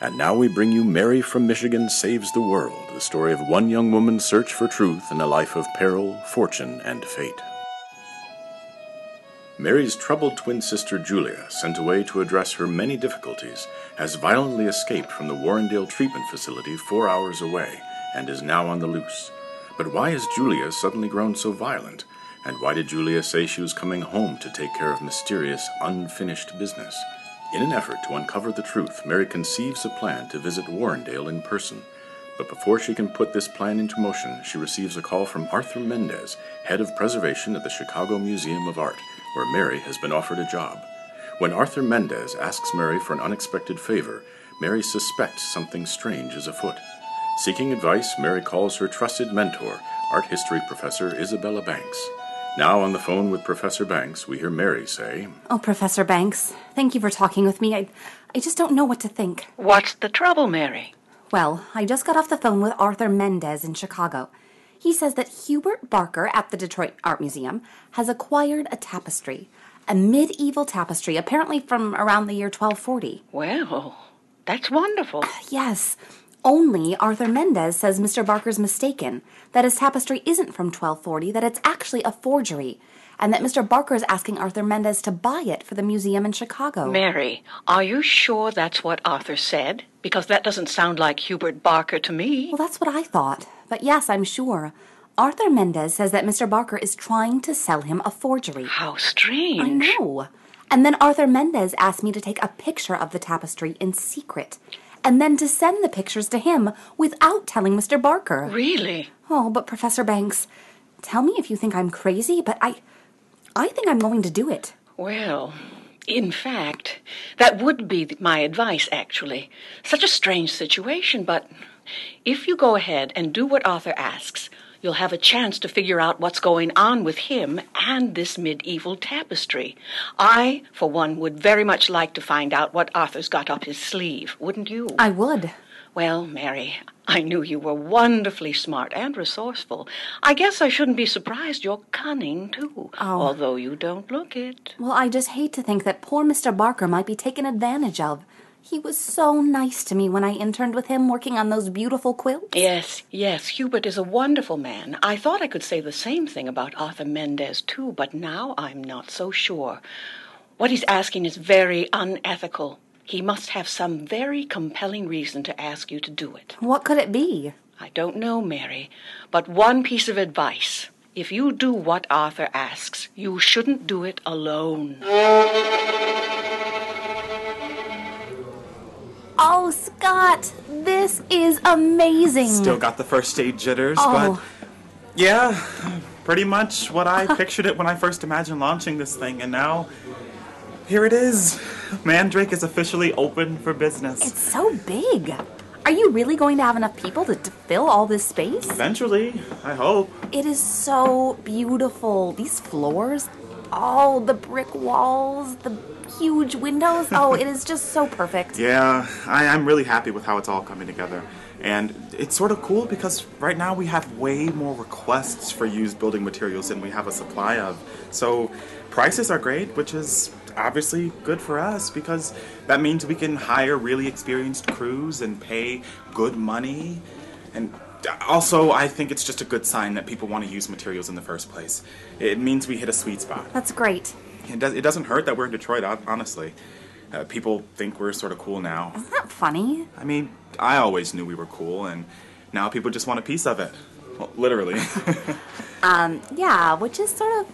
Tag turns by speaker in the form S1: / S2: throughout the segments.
S1: And now we bring you Mary from Michigan Saves the World, the story of one young woman's search for truth in a life of peril, fortune, and fate. Mary's troubled twin sister Julia, sent away to address her many difficulties, has violently escaped from the Warrendale treatment facility four hours away and is now on the loose. But why has Julia suddenly grown so violent? And why did Julia say she was coming home to take care of mysterious, unfinished business? In an effort to uncover the truth, Mary conceives a plan to visit Warrendale in person. But before she can put this plan into motion, she receives a call from Arthur Mendez, head of preservation at the Chicago Museum of Art, where Mary has been offered a job. When Arthur Mendez asks Mary for an unexpected favor, Mary suspects something strange is afoot. Seeking advice, Mary calls her trusted mentor, art history professor Isabella Banks. Now on the phone with Professor Banks, we hear Mary say,
S2: Oh, Professor Banks, thank you for talking with me. I, I just don't know what to think.
S3: What's the trouble, Mary?
S2: Well, I just got off the phone with Arthur Mendez in Chicago. He says that Hubert Barker at the Detroit Art Museum has acquired a tapestry, a medieval tapestry, apparently from around the year 1240.
S3: Well, that's wonderful.
S2: Yes, only Arthur Mendez says Mr. Barker's mistaken, that his tapestry isn't from 1240, that it's actually a forgery, and that Mr. Barker is asking Arthur Mendez to buy it for the museum in Chicago.
S3: Mary, are you sure that's what Arthur said? Because that doesn't sound like Hubert Barker to me.
S2: Well, that's what I thought. But yes, I'm sure. Arthur Mendez says that Mr. Barker is trying to sell him a forgery.
S3: How
S2: I
S3: strange.
S2: know. And then Arthur Mendez asked me to take a picture of the tapestry in secret, and then to send the pictures to him without telling Mr. Barker.
S3: Really?
S2: Oh, but Professor Banks, tell me if you think I'm crazy, but I I think I'm going to do it.
S3: Well, in fact, that would be th- my advice, actually. Such a strange situation, but if you go ahead and do what Arthur asks, you'll have a chance to figure out what's going on with him and this medieval tapestry. I, for one, would very much like to find out what Arthur's got up his sleeve, wouldn't you?
S2: I would.
S3: Well, Mary, I knew you were wonderfully smart and resourceful. I guess I shouldn't be surprised you're cunning, too, although you don't look it.
S2: Well, I just hate to think that poor Mr. Barker might be taken advantage of. He was so nice to me when I interned with him working on those beautiful quilts.
S3: Yes, yes, Hubert is a wonderful man. I thought I could say the same thing about Arthur Mendez, too, but now I'm not so sure. What he's asking is very unethical. He must have some very compelling reason to ask you to do it.
S2: What could it be?
S3: I don't know, Mary, but one piece of advice. If you do what Arthur asks, you shouldn't do it alone.
S2: Oh, Scott, this is amazing.
S4: Still got the first aid jitters,
S2: Mm. Oh.
S4: but yeah, pretty much what I pictured it when I first imagined launching this thing, and now here it is. Mandrake is officially open for business.
S2: It's so big. Are you really going to have enough people to, to fill all this space?
S4: Eventually, I hope.
S2: It is so beautiful. These floors, oh, the brick walls, the huge windows. Oh, it is just so perfect.
S4: Yeah, I, I'm really happy with how it's all coming together. And it's sort of cool because right now we have way more requests for used building materials than we have a supply of. So prices are great, which is obviously good for us because that means we can hire really experienced crews and pay good money. And also, I think it's just a good sign that people want to use materials in the first place. It means we hit a sweet spot.
S2: That's great.
S4: It, does, it doesn't hurt that we're in Detroit, hon- honestly. Uh, people think we're sort of cool now.
S2: Isn't that funny?
S4: I mean, I always knew we were cool, and now people just want a piece of it. Well, literally.
S2: Yeah, which is sort of.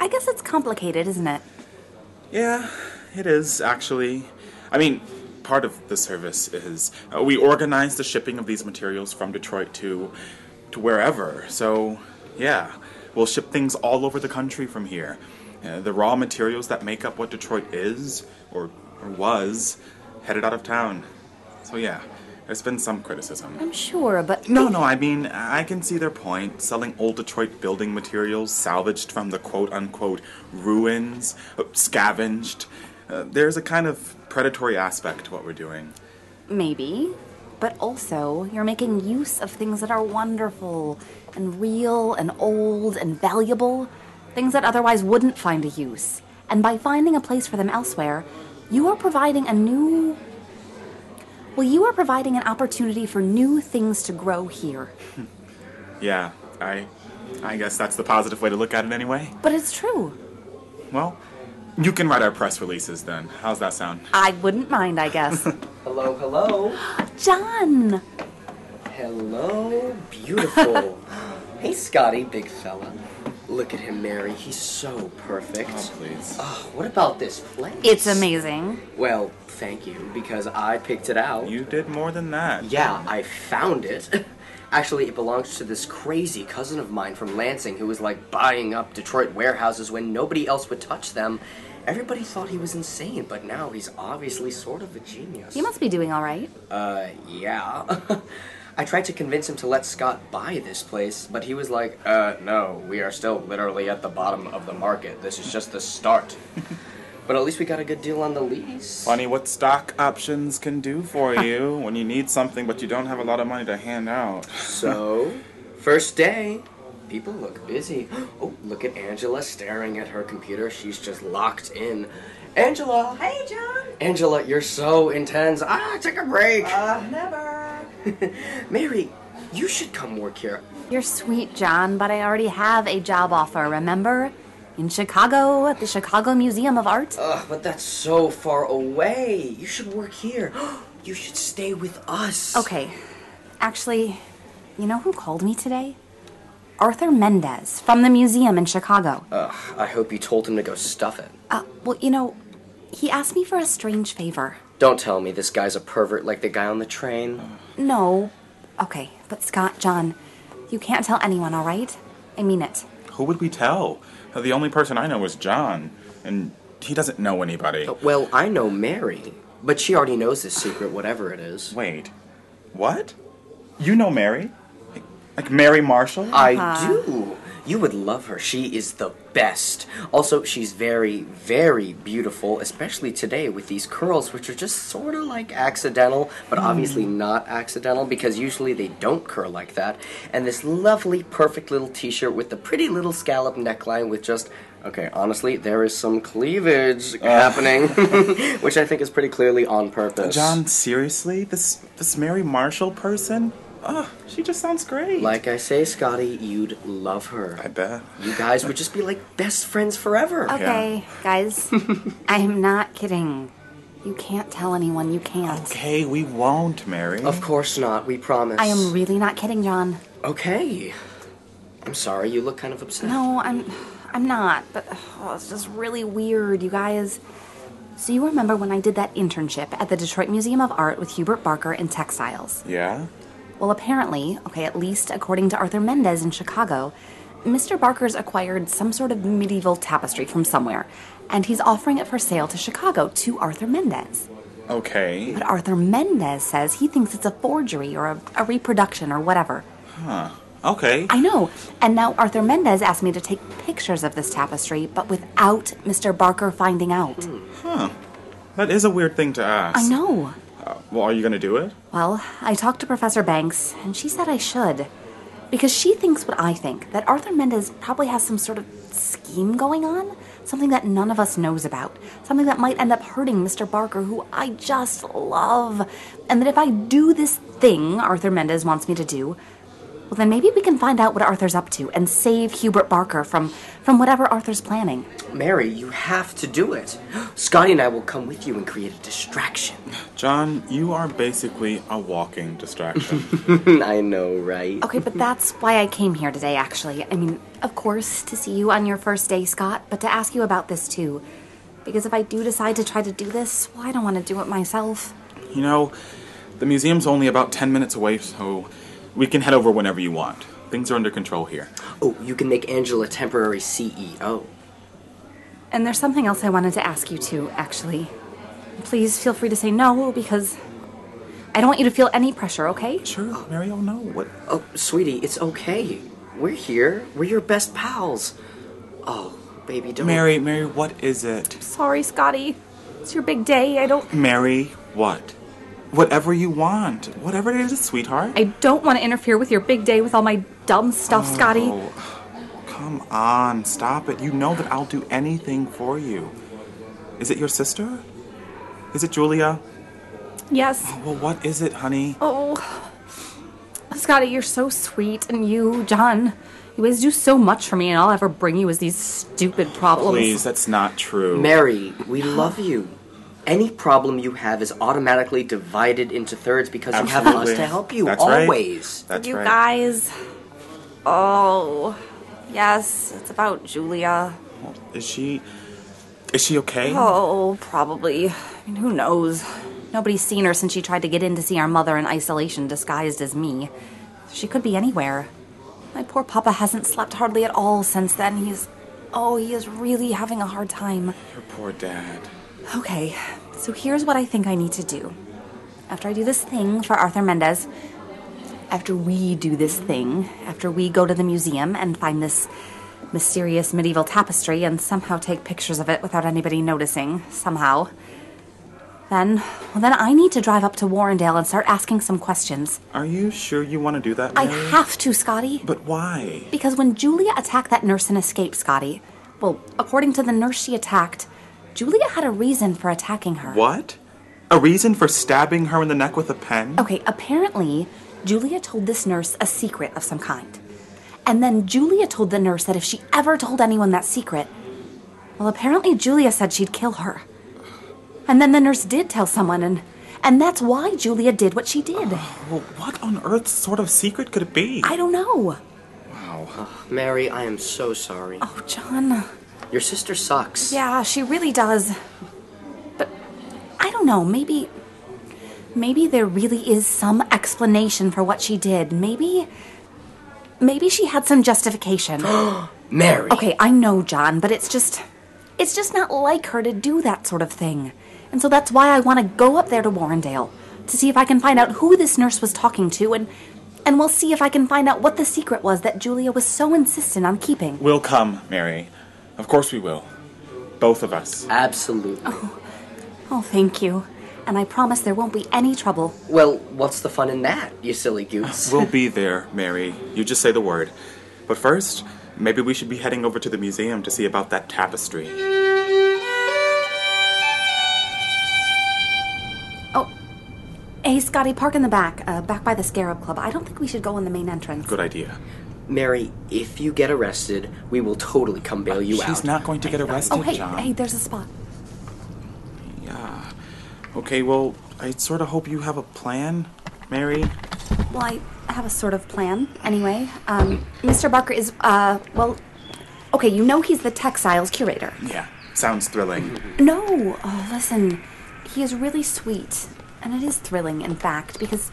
S2: I guess it's complicated, isn't it?
S4: yeah, it is, actually. I mean, part of the service is uh, we organize the shipping of these materials from Detroit to, to wherever. So, yeah, we'll ship things all over the country from here. Uh, the raw materials that make up what Detroit is, or, or was, headed out of town. So, yeah, there's been some criticism.
S2: I'm sure, but.
S4: No, no, I mean, I can see their point. Selling old Detroit building materials salvaged from the quote unquote ruins, uh, scavenged. Uh, there's a kind of predatory aspect to what we're doing.
S2: Maybe. But also, you're making use of things that are wonderful and real and old and valuable, things that otherwise wouldn't find a use. And by finding a place for them elsewhere, you are providing a new. Well, you are providing an opportunity for new things to grow here.
S4: Yeah, I, I guess that's the positive way to look at it anyway.
S2: But it's true.
S4: Well, you can write our press releases then. How's that sound?
S2: I wouldn't mind, I guess.
S5: Hello, hello.
S2: John!
S5: Hello, beautiful. hey, Scotty, big fella. Look at him, Mary. He's so perfect.
S4: Oh, please.
S5: Oh, what about this place?
S2: It's amazing.
S5: Well, thank you, because I picked it out.
S4: You did more than that.
S5: Yeah, I found it. Actually, it belongs to this crazy cousin of mine from Lansing who was like buying up Detroit warehouses when nobody else would touch them. Everybody thought he was insane, but now he's obviously sort of a genius.
S2: You must be doing all right.
S5: Uh, yeah. I tried to convince him to let Scott buy this place, but he was like, uh, no, we are still literally at the bottom of the market. This is just the start. but at least we got a good deal on the lease.
S4: Funny what stock options can do for you when you need something but you don't have a lot of money to hand out.
S5: So, first day. People look busy. Oh, look at Angela staring at her computer. She's just locked in. Angela!
S6: Hey, John.
S5: Angela, you're so intense. Ah, take a break.
S6: Uh, never.
S5: Mary, you should come work here.
S2: You're sweet, John, but I already have a job offer, remember? In Chicago, at the Chicago Museum of Art.
S5: Ugh, but that's so far away. You should work here. You should stay with us.
S2: Okay, actually, you know who called me today? Arthur Mendez from the museum in Chicago.
S5: I hope you told him to go stuff it.
S2: Uh, well, you know, he asked me for a strange favor.
S5: Don't tell me this guy's a pervert like the guy on the train.
S2: No. Okay, but Scott, John, you can't tell anyone, all right? I mean it.
S4: Who would we tell? Uh, The only person I know is John, and he doesn't know anybody.
S5: Well, I know Mary, but she already knows this secret, whatever it is.
S4: Wait, what? You know Mary? Like- Like Mary Marshall?
S2: Uh,
S5: I do. You would love her. She is the best. Also, she's very, very beautiful, especially today with these curls, which are just sort of like accidental, but obviously not accidental because usually they don't curl like that. And this lovely, perfect little t shirt with the pretty little scallop neckline with just. Okay, honestly, there is some cleavage
S4: Ah.
S5: happening, which I think is pretty clearly on purpose.
S4: John, seriously? This this Mary Marshall person? Ugh, she just sounds great.
S5: Like I say, Scotty, you'd love her.
S4: I bet.
S5: You guys would just be like best friends forever.
S2: Oh, Okay, guys, I am not kidding. You can't tell anyone, you can't.
S4: Okay, we won't, Mary.
S5: Of course not, we promise.
S2: I am really not kidding, John.
S5: Okay. I'm sorry, you look kind of upset.
S2: No, I'm I'm not, but oh, it's just really weird, you guys. So you remember when I did that internship at the Detroit Museum of Art with Hubert Barker in textiles?
S4: Yeah?
S2: Well, apparently, okay, at least according to Arthur Mendez in Chicago, Mr. Barker's acquired some sort of medieval tapestry from somewhere, and he's offering it for sale to Chicago to Arthur Mendez.
S4: Okay.
S2: But Arthur Mendez says he thinks it's a forgery or a, a reproduction or whatever.
S4: Okay.
S2: I know. And now Arthur Mendez asked me to take pictures of this tapestry, but without Mr. Barker finding out.
S4: That is a weird thing to ask. Uh,
S2: I know.
S4: Well, are you gonna do it?
S2: Well, I talked to Professor Banks, and she said I should. Because she thinks what I think that Arthur Mendez probably has some sort of scheme going on, something that none of us knows about, something that might end up hurting Mr. Barker, who I just love. And that if I do this thing Arthur Mendez wants me to do, well, then maybe we can find out what Arthur's up to and save Hubert Barker from, from whatever Arthur's planning.
S5: Mary, you have to do it. Scotty and I will come with you and create a distraction.
S4: John, you are basically a walking distraction.
S5: I know, right?
S2: Okay, but that's why I came here today, actually. I mean, of course, to see you on your first day, Scott, but to ask you about this too. Because if I do decide to try to do this, well, I don't want to do it myself.
S4: you know, the museum's only about 10 minutes away, so we can head over whenever you want. Things are under control here.
S5: Oh, you can make Angela temporary E CEO.
S2: And there's something else I wanted to ask you too, actually. Please feel free to say no, because I don't want you to feel any pressure, okay?
S4: Sure, Mary, oh no. What?
S5: Oh, sweetie, it's okay. We're here. We're your best pals. Oh, baby, don't.
S4: Mary, Mary, what is it?
S2: Sorry, Scotty. It's your big day. I don't
S4: Mary, what? Whatever you want. Whatever it is, sweetheart.
S2: I don't want to interfere with your big day with all my dumb stuff, Scotty.
S4: Come on, stop it. You know that I'll do anything for you. Is it your sister? Is it Julia?
S2: Yes.
S4: Well, what is it, honey?
S2: Oh, Scotty, you're so sweet, and you, John, you always do so much for me, and all I ever bring you is these stupid problems.
S4: Please, that's not true.
S5: Mary, we love you. Any problem you have is automatically divided into thirds because you have
S4: Absolutely.
S5: us to help you
S4: That's right.
S5: always.
S4: that's
S2: you
S4: right.
S2: guys. Oh, yes, it's about Julia.
S4: Is she? Is she okay?
S2: Oh, probably. I mean, who knows? Nobody's seen her since she tried to get in to see our mother in isolation, disguised as me. She could be anywhere. My poor papa hasn't slept hardly at all since then. He's. Oh, he is really having a hard time.
S4: Her poor dad.
S2: Okay, so here's what I think I need to do. After I do this thing for Arthur Mendez, after we do this thing, after we go to the museum and find this mysterious medieval tapestry and somehow take pictures of it without anybody noticing, somehow, then, well, then I need to drive up to Warrendale and start asking some questions.
S4: Are you sure you want to do that,
S2: I
S4: Mary?
S2: have to, Scotty.
S4: But why?
S2: Because when Julia attacked that nurse and escaped, Scotty, well, according to the nurse she attacked, Julia had a reason for attacking her.
S4: What? A reason for stabbing her in the neck with a pen?
S2: Okay, apparently, Julia told this nurse a secret of some kind. And then Julia told the nurse that if she ever told anyone that secret, well, apparently Julia said she'd kill her. And then the nurse did tell someone, and, and that's why Julia did what she did.
S4: Well, what on earth sort of secret could it be?
S2: I don't know.
S4: Wow.
S5: Mary, I am so sorry.
S2: Oh, John.
S5: Your sister sucks.
S2: Yeah, she really does. But I don't know, maybe. Maybe there really is some explanation for what she did. Maybe. Maybe she had some justification.
S5: Mary.
S2: Okay, I know, John, but it's just it's just not like her to do that sort of thing. And so that's why I want to go up there to Warrendale to see if I can find out who this nurse was talking to and and we'll see if I can find out what the secret was that Julia was so insistent on keeping.
S4: We'll come, Mary. Of course we will. Both of us.
S2: Uh.
S5: Absolutely.
S2: Oh, thank you. And I promise there won't be any trouble.
S5: Well, what's the fun in that, you silly
S2: Oh.
S5: goose?
S4: We'll be there, Mary. You just say the word. But first, maybe we should be heading over to the museum to see about that tapestry.
S2: Oh, hey, Scotty, park in the back, uh, back by the Scarab Club. I don't think we should go in the main entrance.
S4: Good idea.
S5: Mary, if you get arrested, we will totally come bail you out.
S4: She's not going to get arrested,
S2: Oh, hey,
S4: John.
S2: hey, there's a spot.
S4: Yeah. Okay, well, I sort of hope you have a plan, Mary.
S2: Well, I have a sort of plan. Anyway, um, Mr. Barker is, uh, well, okay, you know he's the textiles curator.
S4: Yeah. Sounds thrilling.
S2: No, oh, listen, he is really sweet. And it is thrilling, in fact, because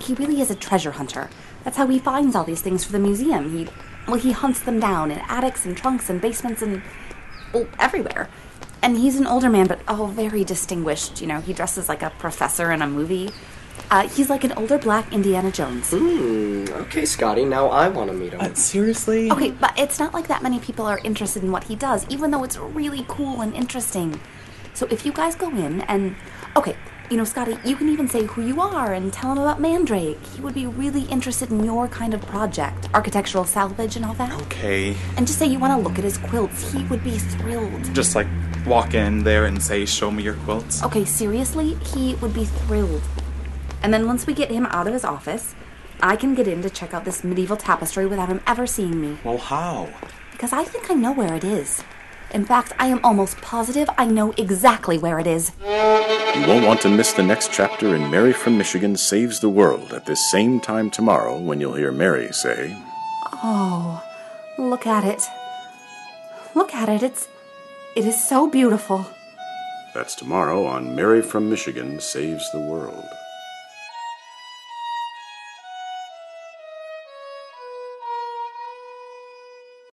S2: he really is a treasure hunter. That's how he finds all these things for the museum. He, well, he hunts them down in attics and trunks and basements and, well, everywhere. And he's an older man, but oh, very distinguished. You know, he dresses like a professor in a movie. Uh, he's like an older black Indiana Jones.
S5: Okay, Scotty, now I want to meet him.
S4: Seriously?
S2: Okay, but it's not like that many people are interested in what he does, even though it's really cool and interesting. So if you guys go in and. Okay, you know, Scotty, you can even say who you are and tell him about Mandrake. He would be really interested in your kind of project, architectural salvage and all that.
S4: Okay.
S2: And just say you want to look at his quilts. He would be thrilled.
S4: Just like walk in there and say, "Show me your quilts."
S2: Okay, seriously, he would be thrilled. And then once we get him out of his office, I can get in to check out this medieval tapestry without him ever seeing me.
S4: Well, how?
S2: Because I think I know where it is. In fact, I am almost positive I know exactly where it is.
S1: You won't want to miss the next chapter in Mary from Michigan Saves the World at this same time tomorrow when you'll hear Mary say,
S2: Oh, Look at it. Look at it. It's it is so beautiful.
S1: That's tomorrow on Mary from Michigan Saves the World.